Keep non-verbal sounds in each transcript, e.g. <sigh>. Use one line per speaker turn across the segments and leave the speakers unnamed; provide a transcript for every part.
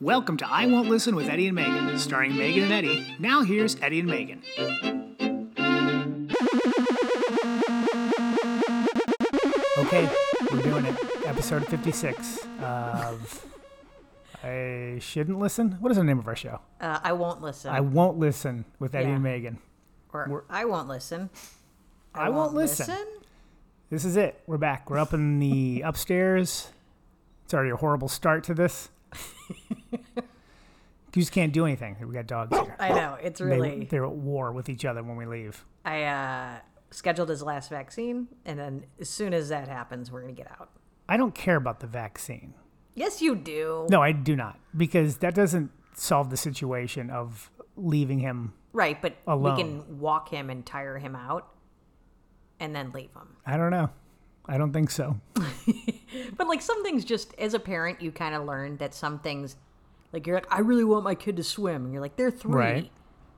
Welcome to I Won't Listen with Eddie and Megan, starring Megan and Eddie. Now here's Eddie and Megan. Okay, we're doing it. Episode 56 of I Shouldn't Listen. What is the name of our show?
Uh, I won't listen.
I Won't Listen with Eddie
Yeah.
and Megan.
or I won't listen.
I, won't, listen. This is it. We're back. We're up in the <laughs> upstairs. It's already a horrible start to this. <laughs> you just can't do anything. We got dogs here.
I know it's really.
They, are at war with each other when we leave.
I uh, scheduled his last vaccine, and then as soon as that happens, we're gonna get out.
I don't care about the vaccine.
Yes, you do.
No, I do not, because that doesn't solve the situation of leaving him.
Right, but
Alone.
we can walk him and tire him out, and then leave him.
I don't know. I don't think so.
But like some things, just as a parent, you kind of learn that some things, like you're like, I really want my kid to swim, and you're like, they're three.
Right.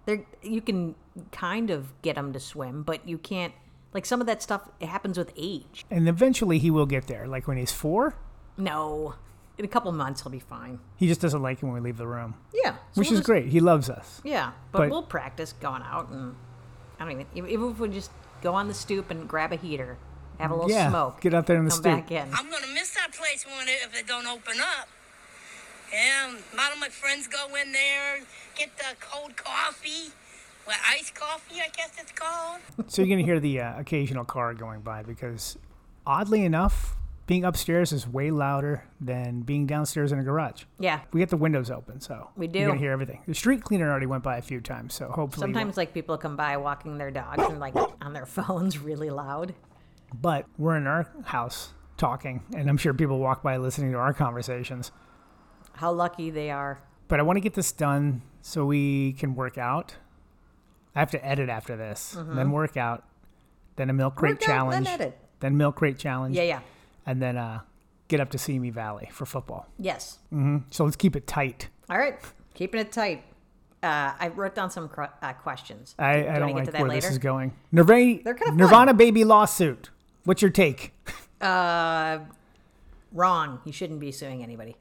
They're you can kind of get them to swim, but you can't. Like some of that stuff it happens with age.
And eventually he will get there. Like when he's four,
No. In a couple months, he'll be fine.
he just doesn't like it when we leave the room,
Yeah. so
which
we'll
is
just-
great. He loves us. <laughs>
Yeah. But,
But-
we'll practice going out and I don't even, even- even if we just go on the stoop and grab a heater, have a little
yeah.
smoke,
Get out there in the
come
stoop.
back in.
I'm gonna miss that place when it, if it don't open up. Yeah, a lot of my friends go in there, get the cold coffee, well, iced coffee, I guess it's called.
So you're going to hear the uh, occasional car going by because, oddly enough, being upstairs is way louder than being downstairs in a garage.
Yeah.
We get the windows open, so
We
You're
do.
gonna hear everything. The street cleaner already went by a few times, so hopefully.
Sometimes, like, people come by walking their dogs and, like, on their <laughs> phones really loud.
But we're in our house talking, and I'm sure people walk by listening to our conversations.
How lucky they are.
But I want to get this done so we can work out. I have to edit after this, then work out, then a milk crate
Mm-hmm. Work out, then
challenge,
edit.
then milk crate challenge,
Yeah, yeah.
and then uh, get up to Simi Valley for football.
Yes.
So let's keep it tight.
All right. Keeping it tight. Uh, I wrote down some cr- uh, questions.
I,
Do you
I
wanna
don't
get
like
to
where
that later?
this is going. Nirvana,
They're kinda fun.
Nirvana baby lawsuit. What's your take?
Uh, Wrong. You shouldn't be suing anybody.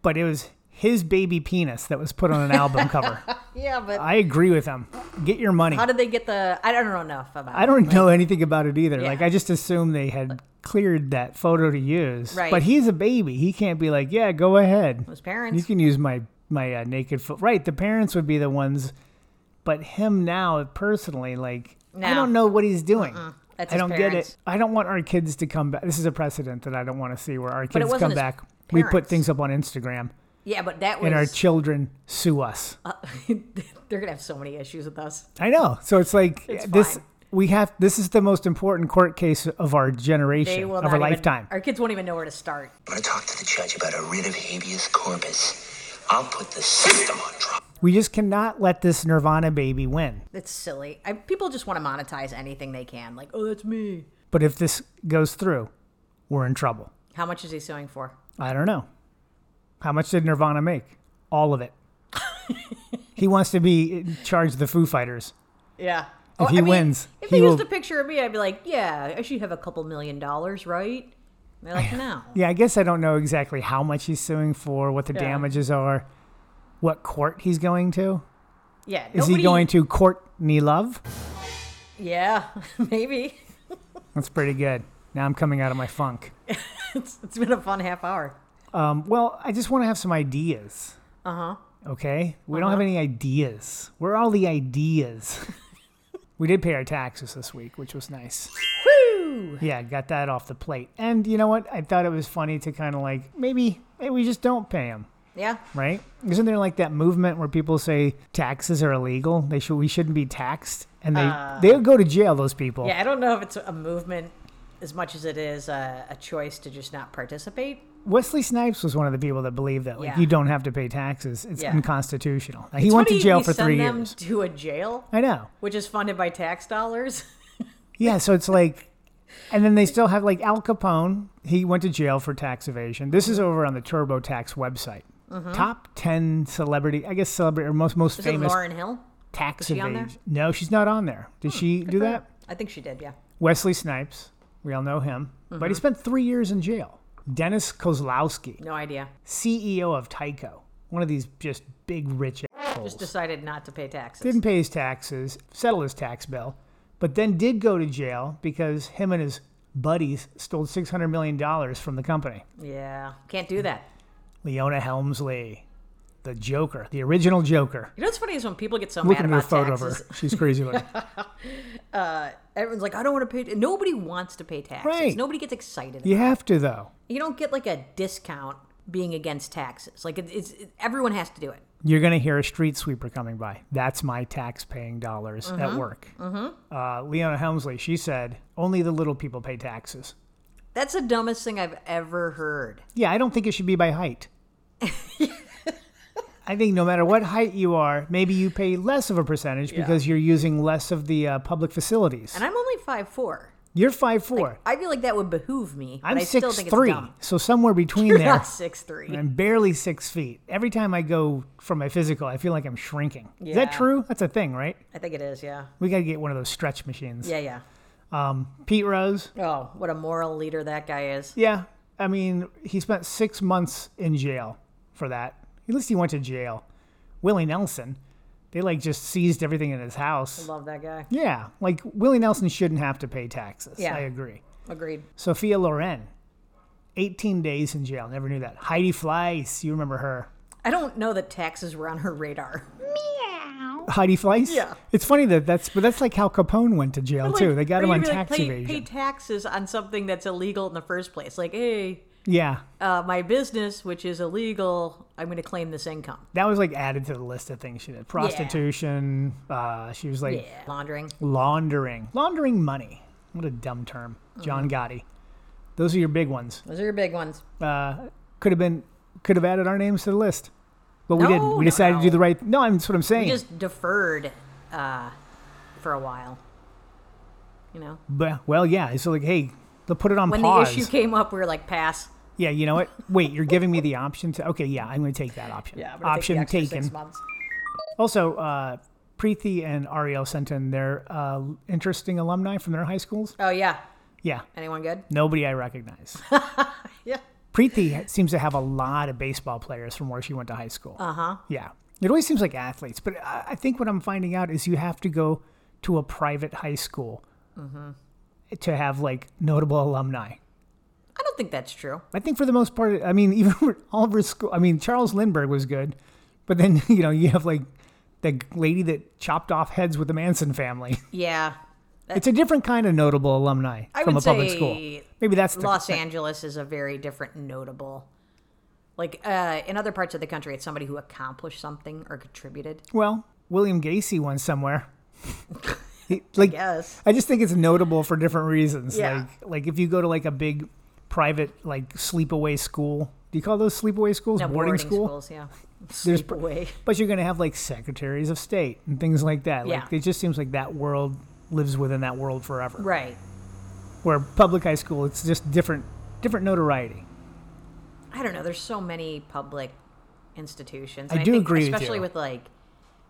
But it was his baby penis that was put on an album
<laughs>
cover.
Yeah, but
I agree with him. Get your money.
how did they get the? I don't know enough about.
I don't know anything about it either. Like
Yeah.
I just assumed they had cleared that photo to use.
Right.
But he's a baby. He can't be like, yeah, go ahead.
Those
You
parents.
can use my my uh, naked foot. Right. The parents would be the ones. But him now personally, like I
No.
don't know what he's doing.
That's
I
his
don't
parents.
get it. I don't want our kids to come back. This is a precedent that I don't want to see where our
it
kids
wasn't
come
his
back. We put
parents.
things up on Instagram
Yeah, but that was uh,
and our children sue us.
<laughs> they're gonna have so many issues with us.
I know. So it's like
It's
this.
fine.
We have this is the most important court case of our
They
generation,
will
of
not
our
even-
lifetime.
Our kids won't even know where to start.
When I talk to the judge about a writ of habeas corpus, I'll put the system on trial.
We just cannot let this Nirvana baby win.
It's silly. I, people just want to monetize anything they can. Like, oh, that's me.
But if this goes through, we're in trouble.
How much is he suing for?
I don't know. How much did Nirvana make? All of it.
<laughs>
he wants to be in charge of the Foo Fighters.
Yeah.
If he wins,
Oh, if
he
they
will-
used a picture of me, I'd be like, yeah, I should have a couple million dollars, right? And they're like, no.
<laughs> Yeah, I guess I don't know exactly how much he's suing for, what the
Yeah.
damages are, what court he's going to.
Yeah.
Is he going to Courtney Love?
<laughs> Yeah, <laughs> maybe.
That's pretty good. Now I'm coming out of my funk.
It's, it's been a fun half hour.
Um, well, I just want to have some ideas.
Uh-huh.
Uh huh. Okay. We don't have any ideas. Where are all the ideas?
<laughs>
we did pay our taxes this week, which was nice.
Woo!
Yeah, got that off the plate. And you know what? I thought it was funny to kind of like maybe maybe we just don't pay them,
Yeah.
right? Isn't there like that movement where people say taxes are illegal? They should we shouldn't be taxed, and they they go to jail. Those people.
Uh. Yeah, I don't know if it's a movement as much as it is a, a choice to just not participate.
Wesley Snipes was one of the people that believed that like
Yeah.
you don't have to pay taxes. It's
Yeah.
unconstitutional. Now, he went to
Funny
jail
you
for
send
three
them
years.
To a jail,
I know.
which is funded by tax <laughs> dollars.
Yeah, so it's like, and then they still have like Al Capone. He went to jail for tax evasion. This is over on the TurboTax website. Top ten celebrity, I guess celebrity or most most
Mm-hmm. Is it
famous
Lauren Hill?
tax
she on there? Hmm,
evasion. No, she's not on there. Did she do that?
I think she did. Yeah.
Wesley Snipes, we all know him, but
Mm-hmm.
he spent three years in jail. Dennis Kozlowski,
No idea.
CEO of Tyco, One of these just big rich assholes.
Just decided not to pay taxes.
didn't pay his taxes, settle his tax bill, but then did go to jail because him and his buddies stole $600 million from the company.
Yeah, can't do that.
Leona Helmsley, the Joker, the original Joker.
You know what's funny is when people get so
Look
mad
at her
about
photo
taxes,
of her. She's crazy
<laughs>
looking.
everyone's like, "I don't want to pay." Nobody wants to pay taxes.
Right.
Nobody gets excited.
you have to, though.
You don't get like a discount being against taxes. Like it, it's it, everyone has to do it.
You're going to hear a street sweeper coming by. That's my tax paying dollars
Mm-hmm.
at work. Uh, Leona Helmsley, she said, only the little people pay taxes.
That's the dumbest thing I've ever heard.
Yeah, I don't think it should be by height. I think no matter what height you are, maybe you pay less of a percentage because you're using less of the uh, public facilities.
And I'm only five four.
You're five four.
I feel like that would behoove me. But
I'm
I still
six
think
three,
it's
<laughs>
dumb.
so somewhere between
You're
there.
not <laughs> six three.
I'm barely six feet. Every time I go for my physical, I feel like I'm shrinking. Is
Yeah.
that true? That's a thing, right?
I think it is. Yeah.
We got to get one of those stretch machines.
Yeah. Yeah.
Pete Rose.
Oh, what a moral leader that guy is.
Yeah. I mean, he spent six months in jail for that. At least he went to jail. Willie Nelson, they like just seized everything in his house.
Love that guy.
Yeah. Like Willie Nelson shouldn't have to pay taxes.
Yeah.
I agree.
Agreed.
Sophia Loren, 18 days in jail. Never knew that. Heidi Fleiss, you remember her.
I don't know that taxes were on her
<laughs>
radar.
Heidi Fleiss?
Yeah.
It's funny that that's, but that's like how Capone went to jail too.
Like,
They got
for
him
you
on
to be
tax
like, pay,
evasion.
Pay taxes on something that's illegal in the first place. Like, hey,
yeah.
uh, my business, which is illegal, I'm going to claim this income.
That was like added to the list of things she did. Prostitution. Uh, she was like
Yeah. Laundering.
laundering laundering money what a dumb term john
Mm-hmm.
gotti those are your big ones
Those are your big ones.
could have been could have added our names to the list but we
No,
didn't we decided to do
no.
the right no I'm- that's what i'm saying
Just deferred uh, for a while. You know,
but, well yeah so like hey they'll put it on
when
pause
the issue came up, we were like, pass.
yeah you know what wait you're giving me the option to okay yeah i'm gonna take that option
Yeah, I'm gonna
option
take the extra
taken
Six months.
also uh Preethi and Ariel sent in their uh, interesting alumni from their high schools.
Oh yeah.
Yeah,
Anyone good?
nobody I recognize.
Yeah.
Preeti seems to have a lot of baseball players from where she went to high school. Uh
Uh-huh.
huh. Yeah. It always seems like athletes, but I I think what I'm finding out is you have to go to a private high school
Mm-hmm.
to have like notable alumni.
I don't think that's true.
I think for the most part, I mean, <laughs> even Oliver's school, I mean, Charles Lindbergh was good, but then, <laughs> you know, you have like the lady that chopped off heads with the Manson family.
Yeah.
It's a different kind of notable alumni
I
from
would
a public
say
school. Maybe that's the
Los Angeles is a very different notable. Like uh, in other parts of the country, it's somebody who accomplished something or contributed.
Well, William Gacy went
<laughs>
somewhere. He- like,
guess.
I just think it's notable for different reasons.
Yeah.
Like, like if you go to like a big private like sleepaway school, do you call those sleepaway schools
No,
boarding, school?
schools, yeah.
<laughs> There's
Sleep away.
But you're gonna have like secretaries of state and things like that. Like
Yeah.
it just seems like that world lives within that world forever.
Right.
Where public high school, it's just different, different notoriety.
I don't know. There's so many public institutions.
I
And
do
think
agree with you.
especially with like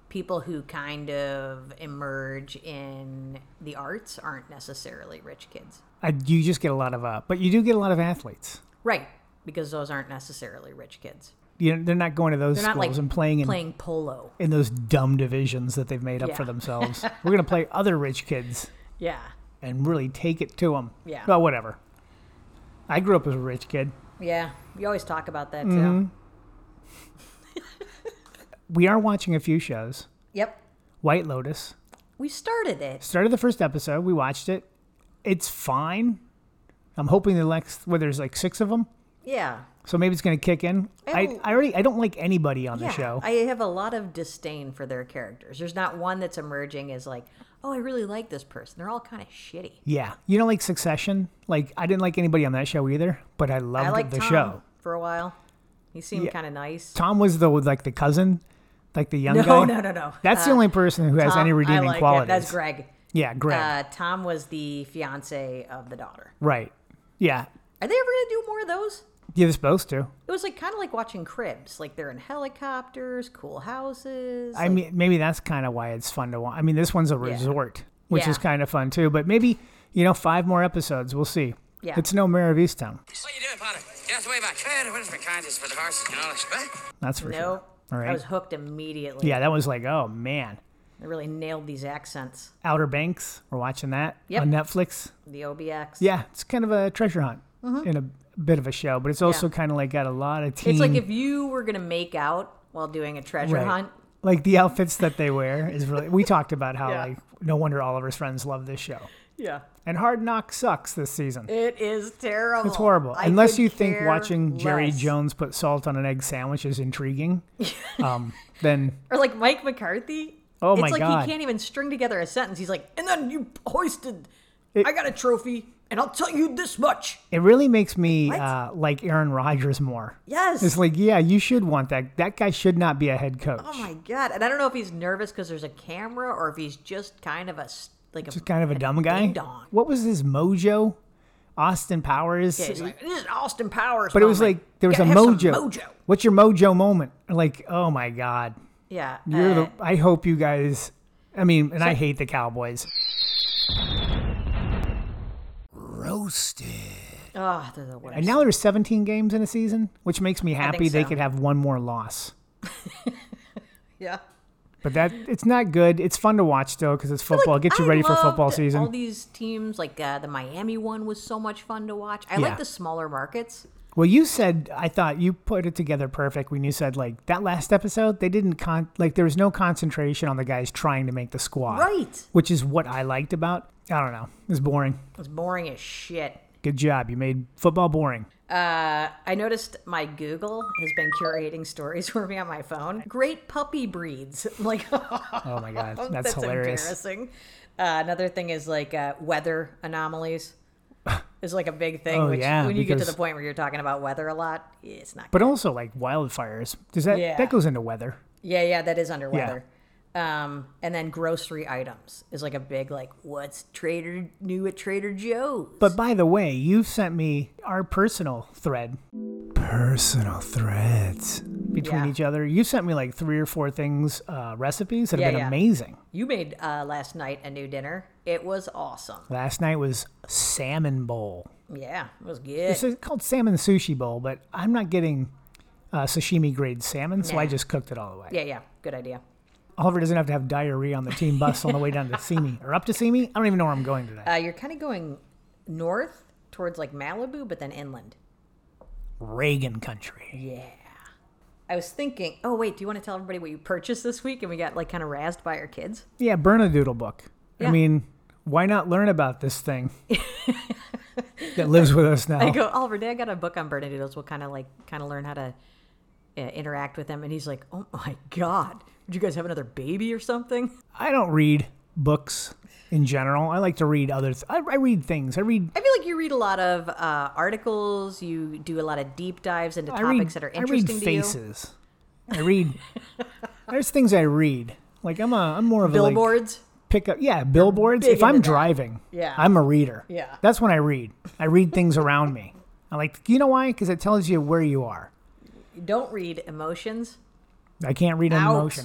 people who kind of emerge in the arts aren't necessarily rich kids,
I, you just get a lot of, uh, but you do get a lot of athletes.
right? Because those aren't necessarily rich kids.
You know, they're not going to those
They're
schools
not like
and playing in
playing polo.
in those dumb divisions that they've made up for
Yeah.
themselves. We're going to play other rich kids
Yeah.
and really take it to them.
Yeah.
Well, whatever. I grew up as a rich kid.
Yeah. You always talk about that too.
Mm-hmm. We are watching a few shows.
Yep.
White Lotus.
We started it.
Started the first episode. We watched it. It's fine. I'm hoping the next, where there's like six of them.
Yeah.
So maybe it's going to kick in. I,
don't-
I already, I don't like anybody on
Oh. Yeah.
the show.
I have a lot of disdain for their characters. There's not one that's emerging as like, oh, I really like this person. They're all kind of shitty.
yeah. You know, like Succession? Like, I didn't like anybody on that show either, but I loved
I like
the
Tom
show.
for a while. He seemed kind of nice.
Tom was the like the cousin, like the young
<laughs> No,
guy.
no, no, no.
That's the only person who has
Uh, Tom-
any
I
redeeming
like it.
qualities.
That's Greg.
Yeah, Greg.
Uh, Tom was the fiance of the daughter.
right. Yeah.
Are they ever gonna do more of those?
You're supposed to.
It was like kind of like watching Cribs. Like they're in helicopters, cool houses.
I mean, maybe that's kind of why it's fun to watch. I mean, this one's a resort, which is
Yeah.
kind of fun too. But maybe you know, five more episodes. We'll see.
Yeah.
It's no mayor of Easttown.
What you doing, Potter? Just way back. Well, it was for kindness for the horses and all this, but
That's for
no,
sure. All right.
I was hooked immediately.
yeah, that was like, oh man,
They really nailed these accents.
Outer Banks. We're watching that
Yep.
on Netflix.
The OBX.
Yeah, it's kind of a treasure hunt in a bit of a show, but it's also kind of like got a lot of teen.
Mm-hmm. It's like if you were going to make out while doing a treasure
Mm. Right.
hunt.
like the outfits that they wear is really. We talked about how
<laughs> Yeah.
like no wonder Oliver's friends love this show.
Yeah.
And Hard Knock sucks this season.
It is terrible.
It's horrible.
I
Unless
could
you think
care
watching Jerry
less.
Jones put salt on an egg sandwich is
<laughs>
intriguing, um, then
Or like Mike McCarthy.
Oh
it's
my
like
God.
he can't even string together a sentence. He's like, and then you hoisted. I got a trophy, and I'll tell you this much.
it really makes me
What?
uh, like Aaron Rodgers more.
Yes.
It's like, yeah, you should want that. That guy should not be a head coach.
Oh my god! And I don't know if he's nervous because there's a camera, or if he's just kind of a s- like a
Just kind of a dumb guy.
dong.
What was his mojo? Austin Powers.
He's like, this is Austin Powers.
but it was like there was a mojo.
mojo.
What's your mojo moment? Like, oh my god,
Yeah.
you're
uh,
the. I hope you guys. I mean, and I hate the Cowboys.
oh, they're the worst.
And now there's 17 games in a season, which makes me happy they
so.
could have one more loss.
yeah.
But that it's not good. It's fun to watch though because it's
Like,
football. It Gets you
I
ready for football
loved
season.
All these teams, like uh, the Miami one, was so much fun to watch. I
Yeah.
like the smaller markets.
well, you said I thought you put it together perfect when you said like that last episode they didn't con like there was no concentration on the guys trying to make the squad,
Right.
Which is what I liked about. I don't know. It's boring.
It was boring as shit.
Good job. You made football boring.
I noticed my Google has been curating stories <laughs> for me on my phone. Great puppy breeds. <laughs> I'm like,
Oh my god, that's,
<laughs> that's,
hilarious.
embarrassing. Uh, another thing is like uh, weather
<laughs>
anomalies is like a big thing.
Oh,
which
yeah,
when you get to
because-
the point where you're talking about weather a lot, it's not.
But also like wildfires. Does that
Yeah.
that goes into weather?
yeah, yeah, that is under weather. Um, and then grocery items is like a big like what's Trader new at Trader Joe's.
But by the way, you've sent me our personal thread. Personal threads between
Yeah.
each other. You sent me like three or four things, uh, recipes that have
Yeah,
been
yeah.
amazing.
you made uh, last night a new dinner. It was awesome.
Last night was salmon bowl.
Yeah, it was good.
It's uh, called salmon sushi bowl, but I'm not getting uh, sashimi grade salmon, so I
Nah.
just cooked it all away.
Yeah, yeah, good idea.
Oliver doesn't have to have diarrhea on the team bus on the way down to see me or up to see me. I don't even know where I'm going today.
Uh, you're kind of going north towards like Malibu, but then inland.
Reagan country.
I was thinking, oh wait, do you want to tell everybody what you purchased this week? And we got like kind of razzed by our kids.
Yeah, burn a doodle book. I
Yeah.
mean, why not learn about this thing that lives with us now?
<laughs> I go, Oliver, Dad got a book on Bernadoodles. We'll kind of like kind of learn how to uh, interact with them. And he's like, oh my god, did you guys have another baby or something?
I don't read books in general. I like to read other. Th- I, I read things. I read.
I feel like you read a lot of uh, articles. You do a lot of deep dives into
I
topics
read.
that are
I read
interesting to you.
faces. I read. <laughs> there's things I read. Like I'm a. I'm more of a like,
Billboards.
pick up. Yeah, billboards.
big
If I'm
into that.
driving,
Yeah.
I'm a reader.
Yeah.
that's when I read. I read things around me. I like. You know why? Because it tells you where you are.
You don't read emotions.
I can't read an
Out.
emotion.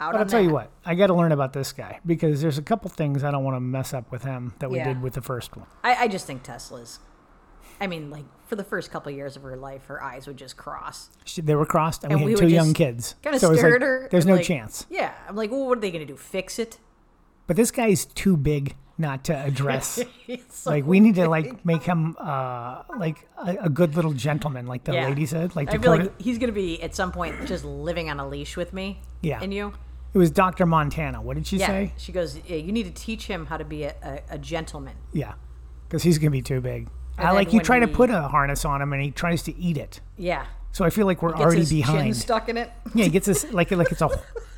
Out
But
on
I'll tell you
that.
what, I got to learn about this guy because there's a couple things I don't want to mess up with him that we
Yeah.
did with the first one.
I, I just think Tesla's. I mean, like for the first couple years of her life, her eyes would just cross.
She, they were crossed, and, we
And
had
we
two
would
young
just
kids.
Kind of
so it was like,
stared at her.
There's
and,
no
like-
chance.
Yeah, I'm like, well, what are they gonna do? Fix it? <laughs>
But this guy's too big not to
<laughs>
address.
It's so-
like we need to
<laughs>
like make him uh like a, a good little gentleman, like the
Yeah.
lady said. Like
I feel
Dakota,
like he's gonna be at some point just living on a leash with me.
Yeah.
And you?
it was Doctor Montana. What did she
Yeah.
say?
She goes, yeah, you need to teach him how to be a, a, a gentleman.
Yeah, because he's gonna be too big. I
then
like you
when
try to
he-
put a harness on him, and he tries to eat it.
Yeah.
So I feel like we're
Gets
already
his chin
behind. <laughs>
stuck in it.
yeah, he gets this like like it's a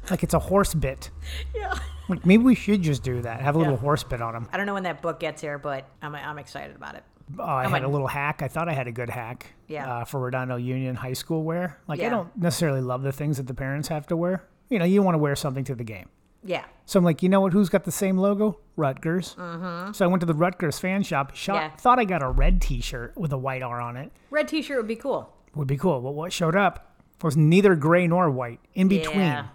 like it's a horse bit.
yeah.
Like maybe we should just do that. Have a little
Yeah.
horse bit on him.
I don't know when that book gets here, but I'm I'm excited about it.
Oh, I
I'm
had
a-
a little hack. I thought I had a good hack.
Yeah.
Uh, for Redondo Union High School wear. Like I
Yeah.
don't necessarily love the things that the parents have to wear. You know, you want to wear something to the game.
Yeah.
So I'm like, you know what? Who's got the same logo? Rutgers. Mm-hmm. So I went to the Rutgers fan shop. Shot,
Yeah.
Thought I got a red T-shirt with a white R on it.
Red T-shirt would be cool.
Would be cool. But what showed up was neither gray nor white. In Uh, between.
Yeah.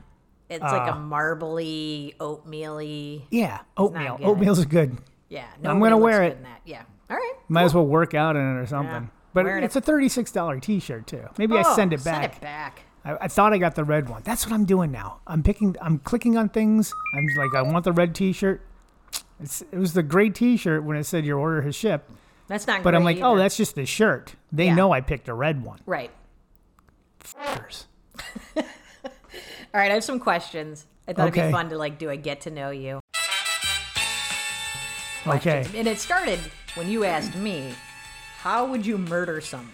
It's like a marbly, oatmealy.
Yeah, oatmeal.
good.
Oatmeal's good.
Yeah.
I'm
nobody
gonna
looks
wear
good
it.
in that. Yeah. All right.
Might as well work out in it or something. But
Wearing
it's
it-
a thirty-six dollar T-shirt too. Maybe I
Oh,
send it back.
Send it back.
I, I thought I got the red one. That's what I'm doing now. I'm picking. I'm clicking on things. I'm like, I want the red T-shirt. It's, it was the gray T-shirt when it said your order has shipped,
That's not.
but I'm
great
like, oh,
either.
that's just the shirt. They
Yeah.
know I picked a red one.
right.
F***ers.
All right, I have some questions. I thought it'd
Okay.
be fun to like do a get to know you.
Okay.
And it started when you asked me, how would you murder someone?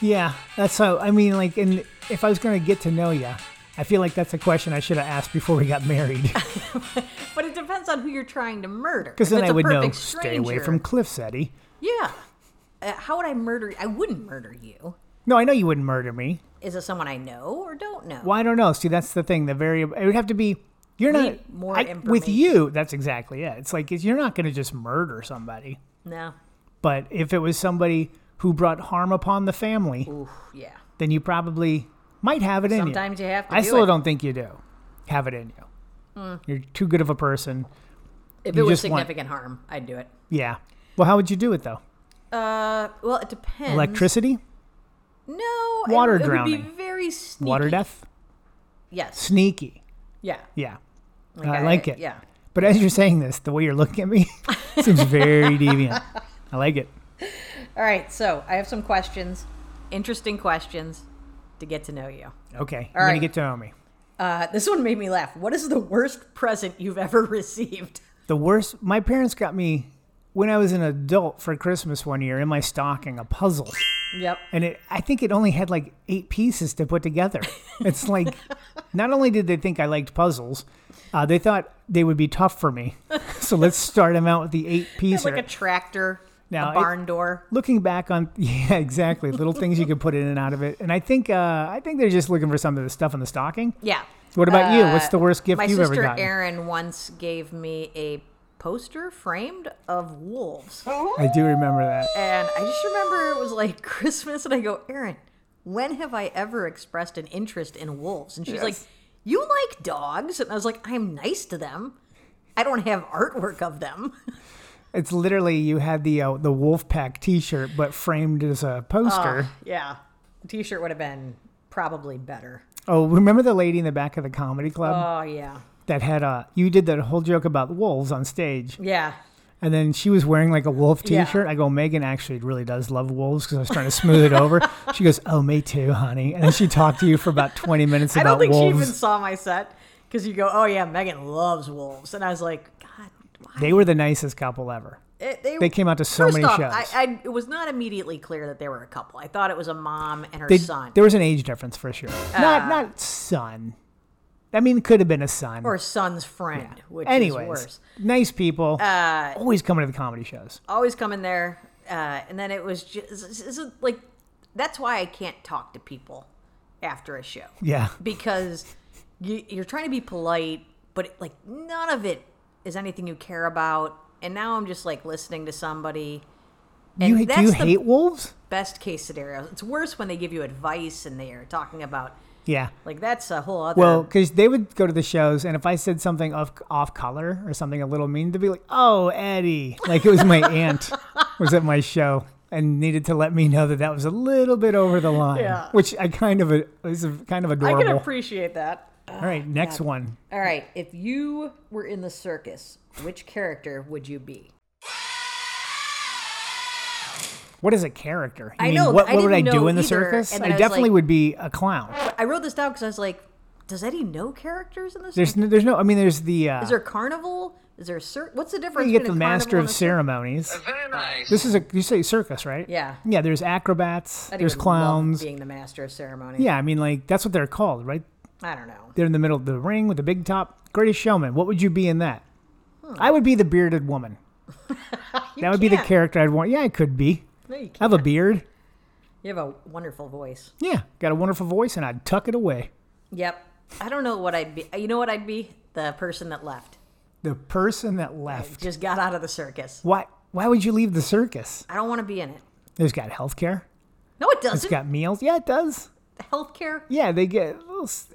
Yeah, that's how. I mean, like, and if I was gonna get to know you, I feel like that's a question I should have asked before we got married. <laughs>
But it depends on who you're trying to murder.
Because
If
then
it's
I
a
would know.
perfect
Stay away
stranger-
from Cliff Eddie.
Yeah. Uh, how would I murder? I wouldn't murder you.
No, I know you wouldn't murder me.
Is it someone I know or don't know?
Well, I don't know. See, that's the thing. The variable. It would have to be. You're
We
not
need more
I- with
information.
you. That's exactly it. It's like it's, you're not going to just murder somebody.
No.
But if it was somebody who brought harm upon the family,
Oof. Yeah.
then you probably might have it in you.
Sometimes you have to
I
do
still
it. Hmm.
don't think you do have it in you. You're too good of a person.
If
You
it was
just want-
significant harm, I'd do it.
Yeah. Well, how would you do it though?
Uh, well, it depends.
Electricity,
No. it-
Water
it, Would
drowning.
be very sneaky.
water death,
Yes.
sneaky.
Yeah.
Yeah. I like it.
Yeah.
But as you're saying this, the way you're looking at me <laughs> seems very deviant. I like it.
All right. So I have some questions, interesting questions to get to know you.
Okay. You're going
right.
to get to know me.
Uh, this one made me laugh. What is the worst present you've ever received?
The worst, my parents got me when I was an adult for Christmas one year in my stocking a puzzle.
Yep.
And it, I think it only had like eight pieces to put
<laughs>
together. It's like, not only did they think I liked puzzles, uh, they thought they would be tough for
<laughs>
me. So let's start them out with the eight
It's
pieces.
<laughs> like a tractor,
Now,
a
it-
barn door.
looking back on <laughs> yeah exactly little things you could put in and out of it and i think uh i think they're just looking for some of the stuff in the stocking
Yeah.
what about you what's
Uh,
the worst gift
My
you've ever
sister
gotten
Erin once gave me a poster framed of wolves.
i do remember that
And I just remember it was like <laughs> Christmas, and I go, Erin, when have I ever expressed an interest in wolves? And she's like, You like dogs? And I was like, I'm nice to them. I don't have artwork of them. <laughs>
it's literally you had the uh, the wolfpack t-shirt but framed as a poster
yeah. T shirt would have been probably better.
oh remember the lady in the back of the comedy club
Oh, yeah.
that had a you did that whole joke about wolves on stage
Yeah.
and then she was wearing like a wolf
Yeah.
t-shirt i go megan actually really does love wolves because i was trying to smooth it over she goes oh me too honey and then she talked to you for about 20 minutes
I
about
don't think
wolves
she even saw my set because you go, Oh, yeah, Megan loves wolves. And I was like, God, why?
They were the nicest couple ever.
It- they,
They came out to so
First
many
off,
shows.
I, I, it was not immediately clear that they were a couple. I thought it was a mom and her
They-
son. Ah.
There was an age difference for sure. not not son. I mean, it could have been a son.
or son's friend, which
Anyways,
is worse. Uh,
nice people. always coming to the comedy shows.
Always coming there, uh, and then it was just this is like that's why I can't talk to people after a show
Yeah.
because you, you're trying to be polite, but it, like none of it is anything you care about. And now I'm just like listening to somebody. And
you do
that's
you
the
hate wolves?
best case scenario. It's worse when they give you advice and they are talking about
Yeah.
like that's a whole other.
Well, because they would go to the shows, and if I said something off off color or something a little mean, they'd be like, "Oh, Eddie," like it was
<laughs>
my aunt was at my show and needed to let me know that that was a little bit over the line,
Yeah.
which I kind of is kind of
I
adorable.
can appreciate that.
All right, next one.
All right, if you were in the circus, which character would you be?
What is a character? You
I know,
What,
I
what would I
didn't
do
know
in the
either,
circus?
and
I,
then I was
definitely
like-
would be a clown.
I wrote this down because I was like, does Eddie know characters in this?
There's no, there's no. I mean, there's the. Uh,
is there a carnival? Is there a circus? What's the difference?
you get the
between a
master
carnival
of
and a circus?
ceremonies.
Very nice.
This is a. You say circus, right?
Yeah.
Yeah. There's acrobats.
Eddie
There's
would love
clowns.
being the master of ceremony.
Yeah, I mean, like that's what they're called, right?
I don't know.
They're in the middle of the ring with the big top. Greatest Showman. What would you be in that? I would be the bearded
<laughs>
woman. that would be the
Hmm. can't.
character I'd want. Yeah, I could be.
No, you can't.
I have a beard.
you have a wonderful voice.
Yeah, got a wonderful voice, and I'd tuck it away.
Yep. I don't know what I'd be. You know what I'd be? The person that left,
The person that left.
just got out of the circus.
Why? Why would you leave the circus?
I don't want to be in it.
There's got health care.
No, it
It's
doesn't.
got meals. Yeah, it does.
Healthcare.
Yeah, they get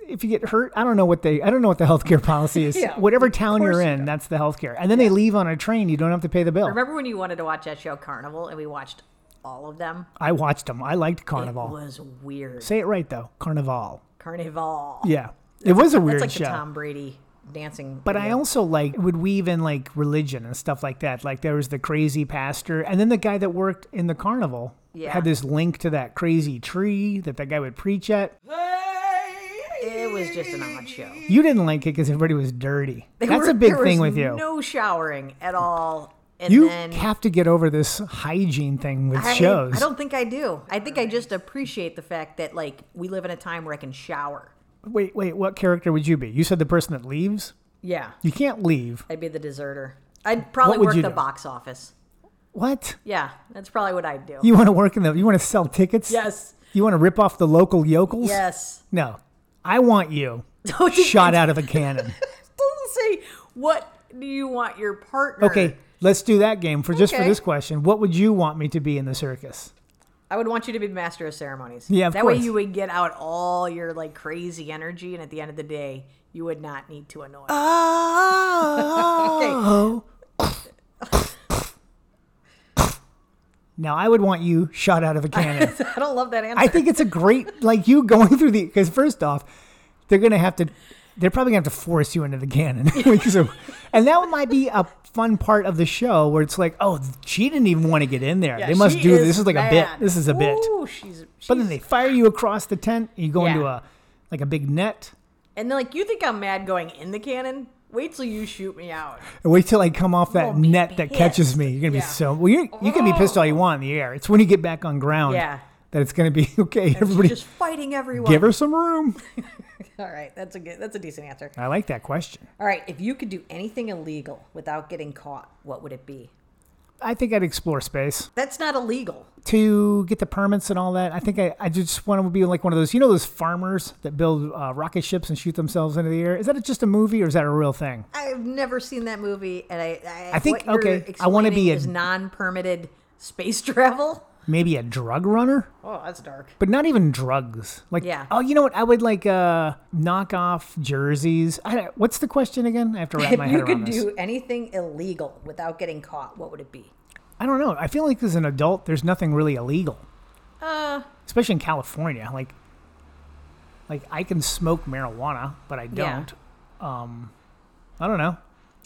if you get hurt. I don't know what they. I don't know what the healthcare policy is.
<laughs> Yeah,
Whatever
of
town
course
you're
you
in, that's the healthcare. And then they leave on a train. You don't have to pay the bill.
Remember when you wanted to watch that show Carnival, and we watched all of them?
I watched them. I liked
It
Carnival.
was weird.
Say it right though. Carnival.
Carnival.
Yeah. It was a weird
That's like
show.
the Tom Brady dancing.
But I also like would weave in like religion and stuff like that. Like there was the crazy pastor, and then the guy that worked in the carnival
Yeah.
had this link to that crazy tree that that guy would preach at.
it was just an odd show.
You didn't like it because everybody was dirty.
They
That's
were-
a big
there
thing
was
with you.
No showering at all. And
you
then
have to get over this hygiene thing with
I,
shows.
I don't think I do. I think I just appreciate the fact that like we live in a time where I can shower.
Wait, wait. What character would you be? You said the person that leaves.
Yeah,
You can't leave.
I'd be the deserter. I'd probably
would
work
you
the
do?
box office.
What?
Yeah, that's probably what I'd do.
You want to work in the? You want to sell tickets?
yes,
You want to rip off the local yokels?
yes.
No, I want you
<laughs> Don't you-
shot out of a
<laughs>
cannon.
Doesn't <laughs> say what do you want your partner.
Okay, let's do that game for just for
Okay.
this question. What would you want me to be in the circus?
I would want you to be the master of ceremonies.
Yeah, of
that way
course.
you would get out all your like crazy energy, and at the end of the day, you would not need to annoy.
Uh,
Ah.
Oh. <laughs> now I would want you shot out of a cannon.
<laughs> I don't love that answer.
I think it's a great like you going <laughs> through the because first off, they're gonna have to. They're probably gonna have to force you into the <laughs> cannon, So- and that might be a fun part of the show where it's like, oh, she didn't even want to get in there.
Yeah,
they must
she
do
is
this. This is like a bit.
mad.
This is a bit.
Ooh, she's, she's
But then they fire you across the tent. You go into
Yeah.
a like a big net.
and they're like, you think I'm mad going in the cannon? Wait till you shoot me out.
And wait till I come off that
You'll be
net that catches
pissed.
me. You're gonna be
Yeah.
so well. You're, you can be pissed all you want in the air. It's when you get back on ground
Yeah.
that it's gonna be <laughs> okay. Everybody,
She's just fighting everyone.
give her some room.
All right, that's a good, that's a decent answer.
I like that question.
All right, if you could do anything illegal without getting caught, what would it be?
I think I'd explore space
That's not illegal.
to get the permits and all that. I think I, I just want to be like one of those, you know, those farmers that build uh, rocket ships and shoot themselves into the air. Is that just a movie or is that a real thing?
I've never seen that movie, and I I,
I think-
what you're
okay, I wanna
explaining
be a-
is non-permitted space <laughs> travel.
Maybe a drug runner?
Oh, that's dark.
but not even drugs. Like,
Yeah.
oh, you know what? I would like uh, knock off jerseys. I, what's the question again? I have to
<laughs>
wrap my head
If you
around
could
this.
do anything illegal without getting caught, what would it be?
I don't know. I feel like as an adult, there's nothing really illegal,
Uh,
especially in California. Like, like I can smoke marijuana, but I
Yeah.
don't. Um, I don't know.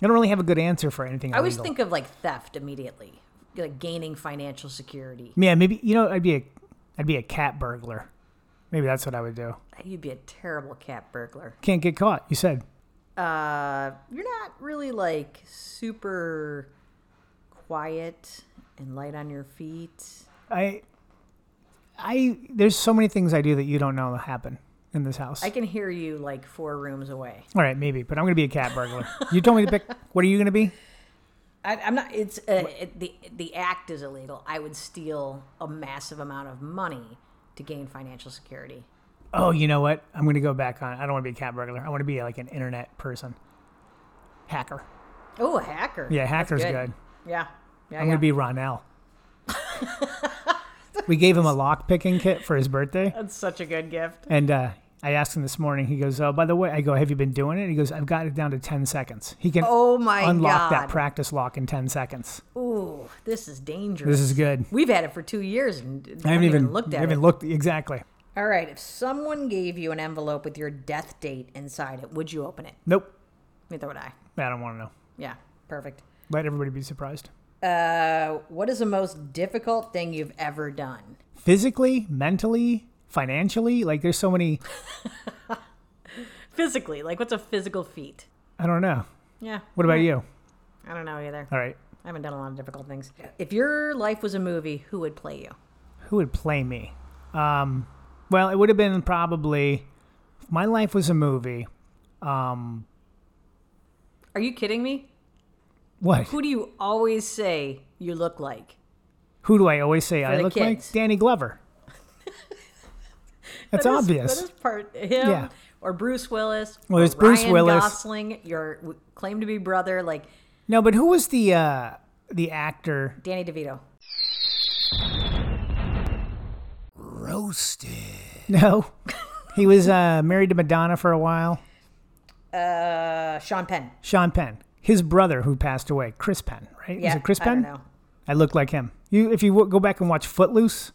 I don't really have a good answer for anything.
I always
illegal.
think of like theft immediately, like gaining financial security.
yeah, maybe you know, I'd be a, I'd be a cat burglar. Maybe that's what I would do.
You'd be a terrible cat burglar.
Can't get caught. You said.
Uh, you're not really like super quiet and light on your feet.
I, I there's so many things I do that you don't know happen in this house.
I can hear you like four rooms away.
All right, maybe, but I'm gonna be a cat burglar. you told me to pick. What are you gonna be?
I, I'm not. It's uh, it, the the act is illegal. I would steal a massive amount of money to gain financial security.
Oh, you know what? I'm gonna go back on. I don't want to be a cat burglar. I want to be like an internet person, hacker.
Oh, a hacker.
Yeah,
That's
hacker's good.
Yeah. Yeah,
I'm
yeah.
gonna be Ronell. we gave him a lock picking kit for his
<laughs>
birthday,
That's such a good gift.
and uh, I asked him this morning. He goes, "Oh, by the way," I go, "Have you been doing it?" He goes, "I've got it down to ten seconds. He can
Oh my
unlock that
God.
practice lock in ten seconds.
Ooh, this is dangerous.
This is good."
We've had it for two years and d-
I haven't even
looked at
haven't
it.
looked exactly.
All right, if someone gave you an envelope with your death date inside it, would you open it?
Nope,
Neither would I.
I don't want to know.
Yeah, perfect.
Let everybody be surprised.
Uh, what is the most difficult thing you've ever done?
physically, mentally, financially. Like there's so many.
Physically, like what's a physical feat?
I don't know.
Yeah.
What about you?
I don't know either.
All right,
I haven't done a lot of difficult things. If your life was a movie, who would play you?
who would play me? Um, well, it would have been probably if my life was a movie. Um,
Are you kidding me?
what?
Who do you always say you look like?
Who do I always say I
the
look
kids.
like? Danny
<laughs>
Glover. That's
That is-
obvious.
that is part him
Yeah.
or Bruce Willis.
Well,
or
it's Bruce
Ryan
Willis.
Gosling, your w- claim to be brother, like
no, but who was the uh, the actor? <laughs>
Danny DeVito.
No, he was uh, married to Madonna for a while.
Uh, Sean Penn.
Sean Penn, his brother who passed away, Chris Penn, right?
Yeah,
was it Chris
I
Penn?
don't know.
I look like him. You, if you w- go back and watch Footloose,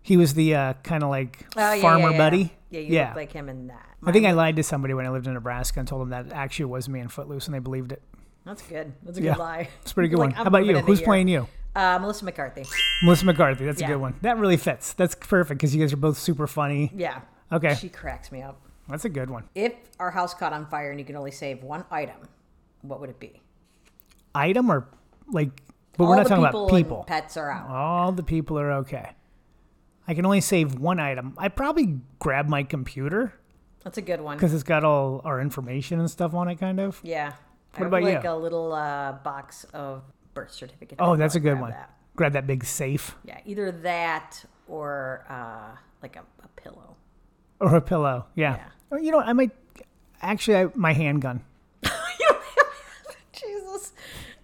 he was the uh, kind of like
Oh, yeah,
farmer
yeah, yeah.
buddy.
Yeah, you
Yeah.
look like him in that.
I think I lied to somebody when I lived in Nebraska and told them that actually was me in Footloose, and they believed it.
That's good. That's a good
Yeah.
lie.
It's a pretty good
<laughs> Like,
one. How
I'm
about
coming
you?
in a
Who's
year.
playing you?
Uh, Melissa McCarthy.
Melissa McCarthy. That's
Yeah.
a good one. That really fits. That's perfect because you guys are both super funny.
Yeah.
Okay.
She cracks me up.
That's a good one.
If our house caught on fire and you could only save one item, what would it be?
Item or like, but
All
we're not
the
talking
people
about people.
And pets are out.
All the people are okay. I can only save one item. I probably grab my computer
That's a good one.
because it's got all our information and stuff on it, kind of.
Yeah. I would
about
like
you?
a little uh, box of birth certificate.
Oh, that's a good
Grab
one.
that.
Grab that big safe
Yeah, either that or uh, like a, a pillow. <laughs>
or a pillow. Yeah.
Yeah.
Or, you know, I might actually I, my handgun.
Jesus.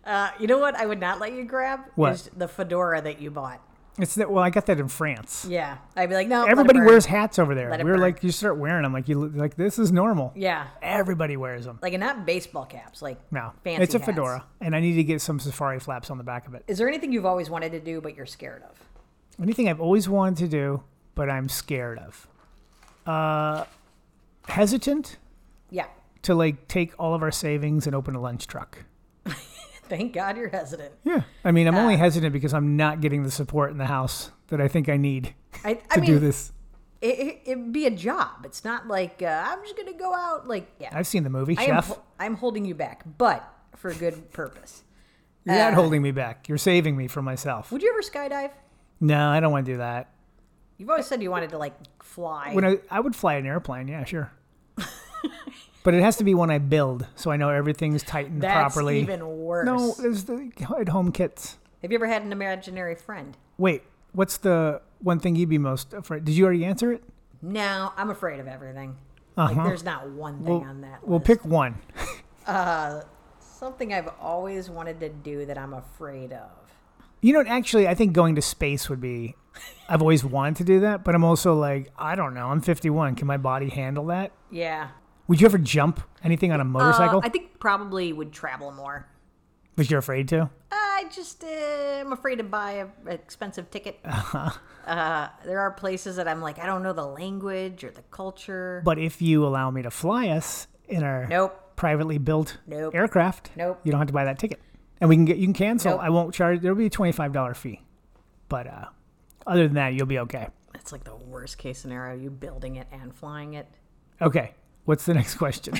Uh, you know what? I would not let you grab
What?
is the fedora that you bought.
It's that. Well, I got that in France.
Yeah, I'd be like, no. let it
Everybody
burn.
wears hats over there.
Let it
We were
burn.
like, you start wearing them, like you look- like this is normal.
Yeah,
Everybody wears them.
like and not baseball caps. Like
No,
fancy.
it's a
hats.
fedora, and I need to get some safari flaps on the back of it.
Is there anything you've always wanted to do but you're scared of?
Anything I've always wanted to do, but I'm scared of. Uh, hesitant
Yeah. <laughs>
to like take all of our savings and open a lunch truck.
Thank God
<laughs>
you're hesitant.
Yeah, I mean, I'm
Uh,
only hesitant because I'm not getting the support in the house that I think I need
I, I
to
mean,
do this.
It, it, it'd be a job. It's not like uh, I'm just gonna go out. Like yeah,
I've seen the movie
I am.
Chef.
ho- I'm holding you back, but for a good <laughs> purpose.
You're not
uh,
holding me back. You're saving me from myself.
Would you ever skydive?
No, I don't want to do that.
You've always said you wanted to like fly.
When I, I would fly an airplane, yeah,
<laughs>
sure. but it has to be one I build, so I know everything's tightened
That's
properly.
even worse.
No, there's the at home kits.
Have you ever had an imaginary friend?
Wait, what's the one thing you'd be most afraid? Did you already answer it?
No, I'm afraid of everything. Like, there's not one thing on that.
Uh-huh. We'll
list.
pick one.
something I've always wanted to do that I'm afraid of.
You know, actually, I think going to space would be. I've always wanted to do that, but I'm also like, I don't know. I'm 51. Can my body handle that?
Yeah.
Would you ever jump anything on a motorcycle?
Uh, I think probably would travel more.
but you're afraid to.
I just uh, am afraid to buy a, an
<laughs>
expensive ticket. Uh-huh. there are places that I'm like I don't know the language or the culture.
But if you allow me to fly us in our
Nope.
privately built
Nope.
aircraft,
Nope.
you don't have to buy that ticket, and we can get you can cancel.
Nope.
I won't charge. There'll be a twenty five dollar fee, but uh, other than that, you'll be okay.
That's like the worst case scenario. You building it and flying it.
Okay, what's the next question?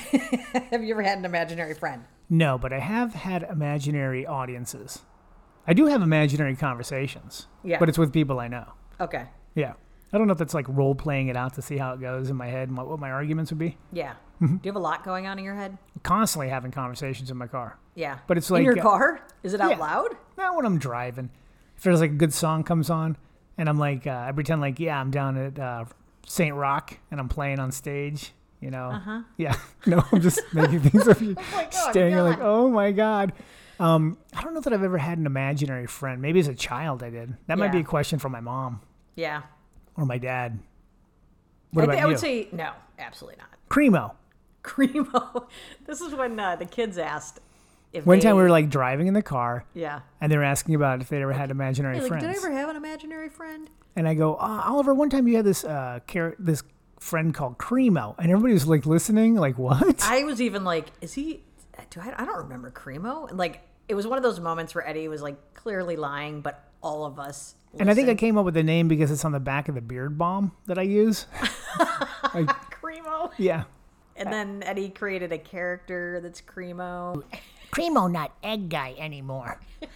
Have you ever had an imaginary friend?
no, but I have had imaginary audiences. I do have imaginary conversations.
Yeah.
but it's with people I know.
Okay.
Yeah, I don't know if that's like role playing it out to see how it goes in my head and what, what my arguments would be.
Yeah.
Mm-hmm.
Do you have a lot going on in your head?
Constantly having conversations in my car.
Yeah.
But it's
in
like,
your
uh,
car. Is it out
yeah.
loud?
Not when I'm driving. If there's like a good song comes on, and I'm like, uh, I pretend like, yeah, I'm down at uh, Saint Rock, and I'm playing on stage. You know, uh-huh. yeah. <laughs> No, I'm just making things
<laughs> Oh
up. You're staring, you're like, oh my god. Um, I don't know that I've ever had an imaginary friend. Maybe as a child, I did. That might be
Yeah.
a question for my mom
Yeah.
or my dad. What
I,
about
thi- I
you,
would say no, absolutely not. <laughs>
Cremo?
Cremo. This is when uh, the kids asked if
One
they-
time we were like driving in the car,
yeah.
and they were asking about if they ever had imaginary
Hey, like,
friends.
did I ever have an imaginary friend?
and I go, uh, Oliver, one time you had this uh, car- this friend called Cremo, and everybody was like listening, like what?
I was even like, is he? Do I? I don't remember Cremo. And, Like it was one of those moments where Eddie was like clearly lying, but all of us.
and I think I came up with the name because it's on the back of the beard bomb that I
<laughs>
use.
Cremo.
yeah,
And then Eddie created a character that's Cremo.
Cremo not egg guy anymore.
<laughs>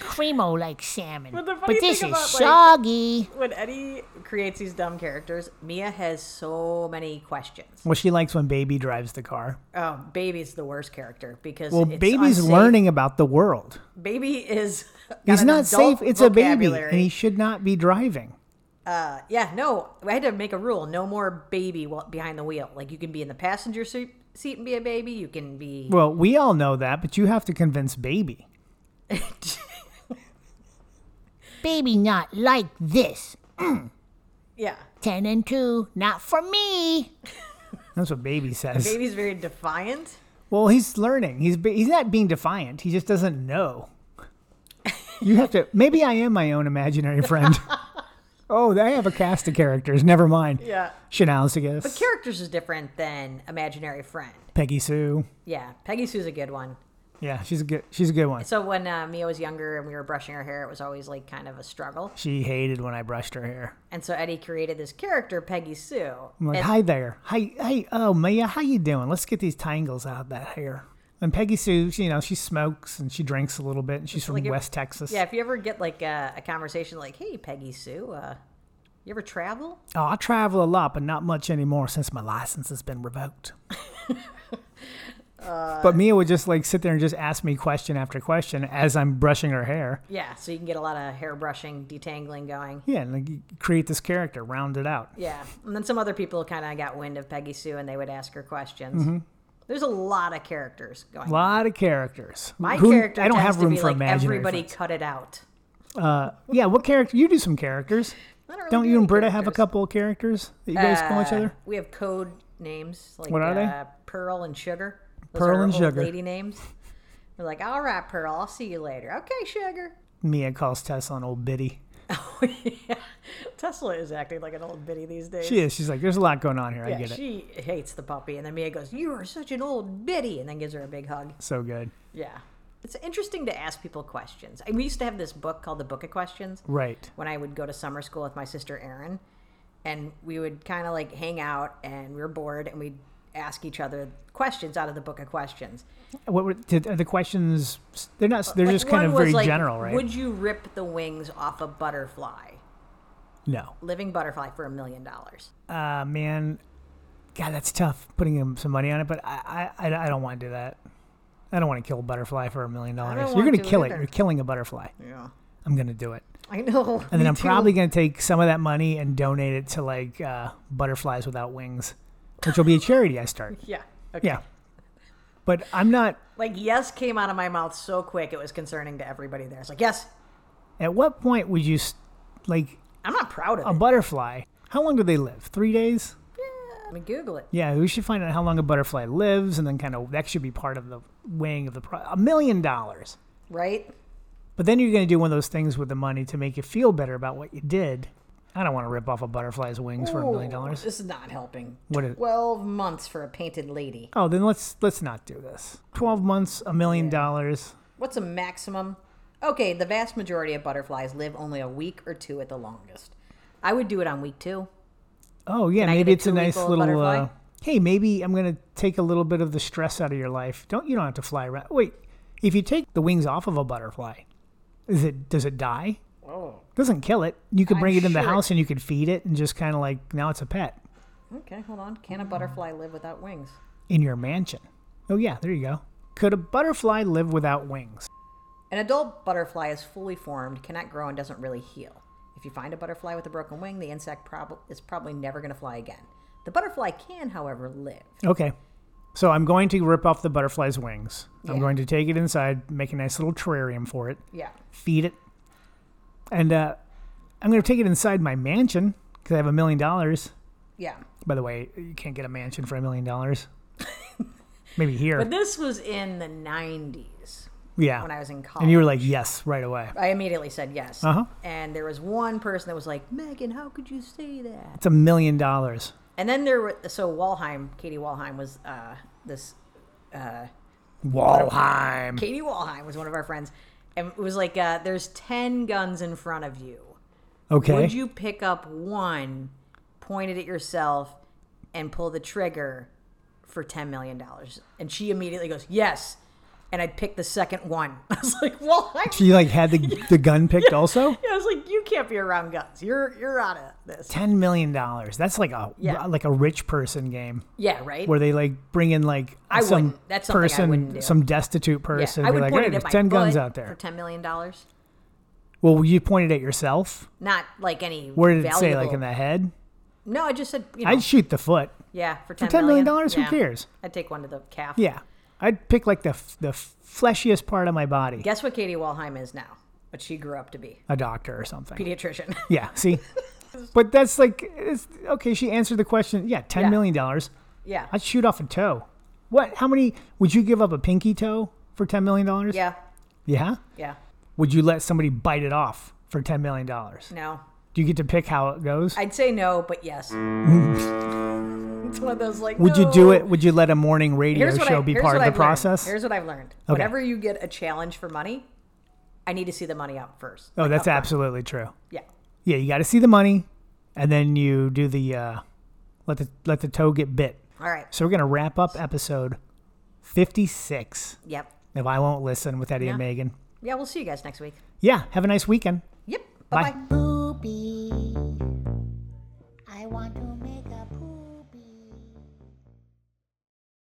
Cremo like salmon.
But
But,
the funny
this
thing
is
about, like-
soggy.
When Eddie creates these dumb characters, Mia has so many questions.
well, she likes when Baby drives the car.
Oh, Baby's the worst character because
Well,
it's
Baby's
unsafe.
learning about the world.
Baby is. got
He's
an
not
adult
safe. It's a baby,
vocabulary.
and he should not be driving.
Yeah, no, I had to make a rule: no more baby wh- behind the wheel. Like you can be in the passenger seat, seat and be a baby. You can be.
Well, we all know that, but you have to convince Baby.
<laughs> Baby not like this.
yeah,
Ten and two, not for me.
That's what Baby says.
baby's very defiant.
Well, he's learning. He's be- he's not being defiant. He just
<laughs>
doesn't know. You have to. Maybe I am my own imaginary friend. Oh, they have a cast of characters. Never mind.
Yeah.
Shenanigans.
Characters is different than imaginary friend.
Peggy Sue.
Yeah, Peggy Sue's a good one.
Yeah, she's a good. She's a good one.
So when uh, Mia was younger and we were brushing her hair, it was always like kind of a struggle.
She hated when I brushed her hair.
And so Eddie created this character, Peggy Sue.
I'm like,
and,
hi there. Hi, hey, oh Mia, how you doing? Let's get these tangles out of that hair. And Peggy Sue, she- you know, she smokes and she drinks a little bit, and she's from
like if-
West Texas.
yeah, if you ever get like uh, a, a conversation like, "Hey, Peggy Sue, uh, you ever travel?"
Oh, I travel a lot, but not much anymore since my license has been revoked.
Uh,
but Mia would just like sit there and just ask me question after question as I'm brushing her hair.
Yeah, so you can get a lot of hair brushing,
<laughs>
detangling going.
Yeah, and like you create this character, round it out.
Yeah, and then some other people kind of got wind of Peggy Sue and they would ask her questions. There's a lot of characters going.
A Mm-hmm. lot of characters.
My
Who-
character
I don't
tends
have room
to be
for
like
imaginary
everybody
friends.
cut it out.
Yeah, what character? You do some characters.
I really
Don't
do
you
any
and Britta have a
characters.
couple of characters that you guys call each
Uh,
other?
We have code names like
What are they?
Uh, Pearl and Sugar. Those
Pearl
are
and
old
Sugar.
lady names. We're like, all right, Pearl, I'll see you later. Okay, Sugar. <laughs>
Mia calls Tessa an old biddy.
yeah. Tesla is acting like an old biddy these days.
She is. She's like, there's a lot going on here. I
yeah,
get it.
she hates the puppy, and then Mia goes, "You are such an old biddy," and then gives her a big hug.
So good.
Yeah, it's interesting to ask people questions. And we used to have this book called the Book of Questions.
Right.
when I would go to summer school with my sister Erin, and we would kind of like hang out, and we were bored, and we'd ask each other questions out of the book of questions.
What were did, are the questions? They're not. They're
Like,
just kind
one
of
was
very
like,
general, right?
Would you rip the wings off a butterfly,
no.
living butterfly, for a million dollars?
Uh, man, God, that's tough. Putting him some money on it, but I, I, I I don't want to do that. I don't want to kill a butterfly for a million dollars. You're
want
gonna
to
kill it.
either.
You're killing a butterfly.
Yeah,
I'm gonna do it.
I know.
And then I'm probably going to take some of that money and donate it to like uh, Butterflies Without Wings, which will be a charity I
<laughs>
start.
yeah. Okay.
Yeah. But I'm not.
Like yes came out of my mouth so quick it was concerning to everybody there. It's like yes,
At what point would you, s- like,
I'm not proud of
a
it.
butterfly? How long do they live? Three days?
Let me Google it.
Yeah, we should find out how long a butterfly lives and then kind of that should be part of the weighing of the price. A million dollars.
Right?
But then you're going to do one of those things with the money to make you feel better about what you did. I don't want to rip off a butterfly's wings for a million
Ooh,
dollars.
This is not helping.
What is-
Twelve months for a painted lady.
Oh, then let's let's not do this. Twelve months, a million dollars.
What's a maximum? Okay, the vast majority of butterflies live only a week or two at the longest. I would do it on week two.
Oh yeah,
I
maybe
get a
it's a
two-week
nice
old
little.
butterfly?
Uh, hey, maybe I'm gonna take a little bit of the stress out of your life. Don't you don't have to fly around. Wait, if you take the wings off of a butterfly, is it does it die? Oh. Doesn't kill it. You could bring it in the
sure it-
house and you could feed it and just kind of like now it's a pet
Okay, hold on. Can a
Mm.
butterfly live without wings?
in your mansion. Oh yeah, there you go. Could a butterfly live without wings?
An adult butterfly is fully formed, cannot grow, and doesn't really heal. If you find a butterfly with a broken wing, the insect prob- is probably never going to fly again. The butterfly can, however, live.
Okay. So I'm going to rip off the butterfly's wings. I'm
Yeah.
going to take it inside, make a nice little terrarium for it,
Yeah.
feed it, and uh, I'm going to take it inside my mansion because I have a million dollars.
Yeah.
By the way, you can't get a mansion for a million
<laughs>
dollars. Maybe here.
But this was in the 90s.
yeah.
when I was in
And you were like, yes, right away.
I immediately said yes.
Uh-huh.
And there was one person that was like, Megan, how could you say that?
It's a million dollars.
And then there were so Walheim, Katie Walheim was uh, this
Walheim.
Katie Walheim was one of our friends, and it was like uh, there's ten guns in front of you.
Okay.
Would you pick up one, point it at yourself, and pull the trigger for ten million dollars? And she immediately goes yes, and I picked the second one. <laughs> I was like Walheim.
you like had
<laughs>
the, the gun picked also?
I was like, you can't be around guns. You're you're out of this.
Ten million dollars. That's like a
Yeah.
like a rich person game.
Yeah, right.
where they like bring in like
I
some
wouldn't. That's something I
person,
wouldn't do.
some destitute
Yeah,
person.
I
and
would
be like,
point
hey,
it at
there's
my
ten guns
foot
out
for
there.
ten million dollars.
Well, you pointed at yourself.
Not like any.
Where did it say? Like
valuable-
in the head?
No, I just said. You know,
I'd shoot the foot.
yeah, for ten
$10 million,
million.
who cares?
I'd take one to the calf.
Yeah, I'd pick like the f- the fleshiest part of my body,
Guess what Katie Walheim is now? What she grew up to be?
a doctor or something. <laughs>
Pediatrician. <laughs>
Yeah, see. But that's like, it's, okay. She answered the question. Yeah, ten
Yeah.
million dollars.
yeah.
I'd shoot off a toe. What? How many? Would you give up a pinky toe for ten million dollars?
yeah.
Yeah.
Yeah.
Would you let somebody bite it off for ten million dollars?
No.
Do you get to pick how it goes?
I'd say no, but
<laughs>
yes. it's one of those like.
Would you
no.
do it? Would you let a morning radio
Here's what
show
I,
be
here's
part of
what
the
I've learned.
process?
Here's what I've learned. Whenever you get a challenge for money, I need to see the money out first.
oh, that's absolutely true.
Yeah.
Yeah, you got to see the money, and then you do the uh, let the let the toe get bit.
All right.
So we're gonna wrap up episode fifty six.
Yep.
If I won't listen with Eddie and Megan,
Yeah, we'll see you guys next week.
yeah, have a nice weekend.
Yep.
Bye.
Bye-bye. bye bye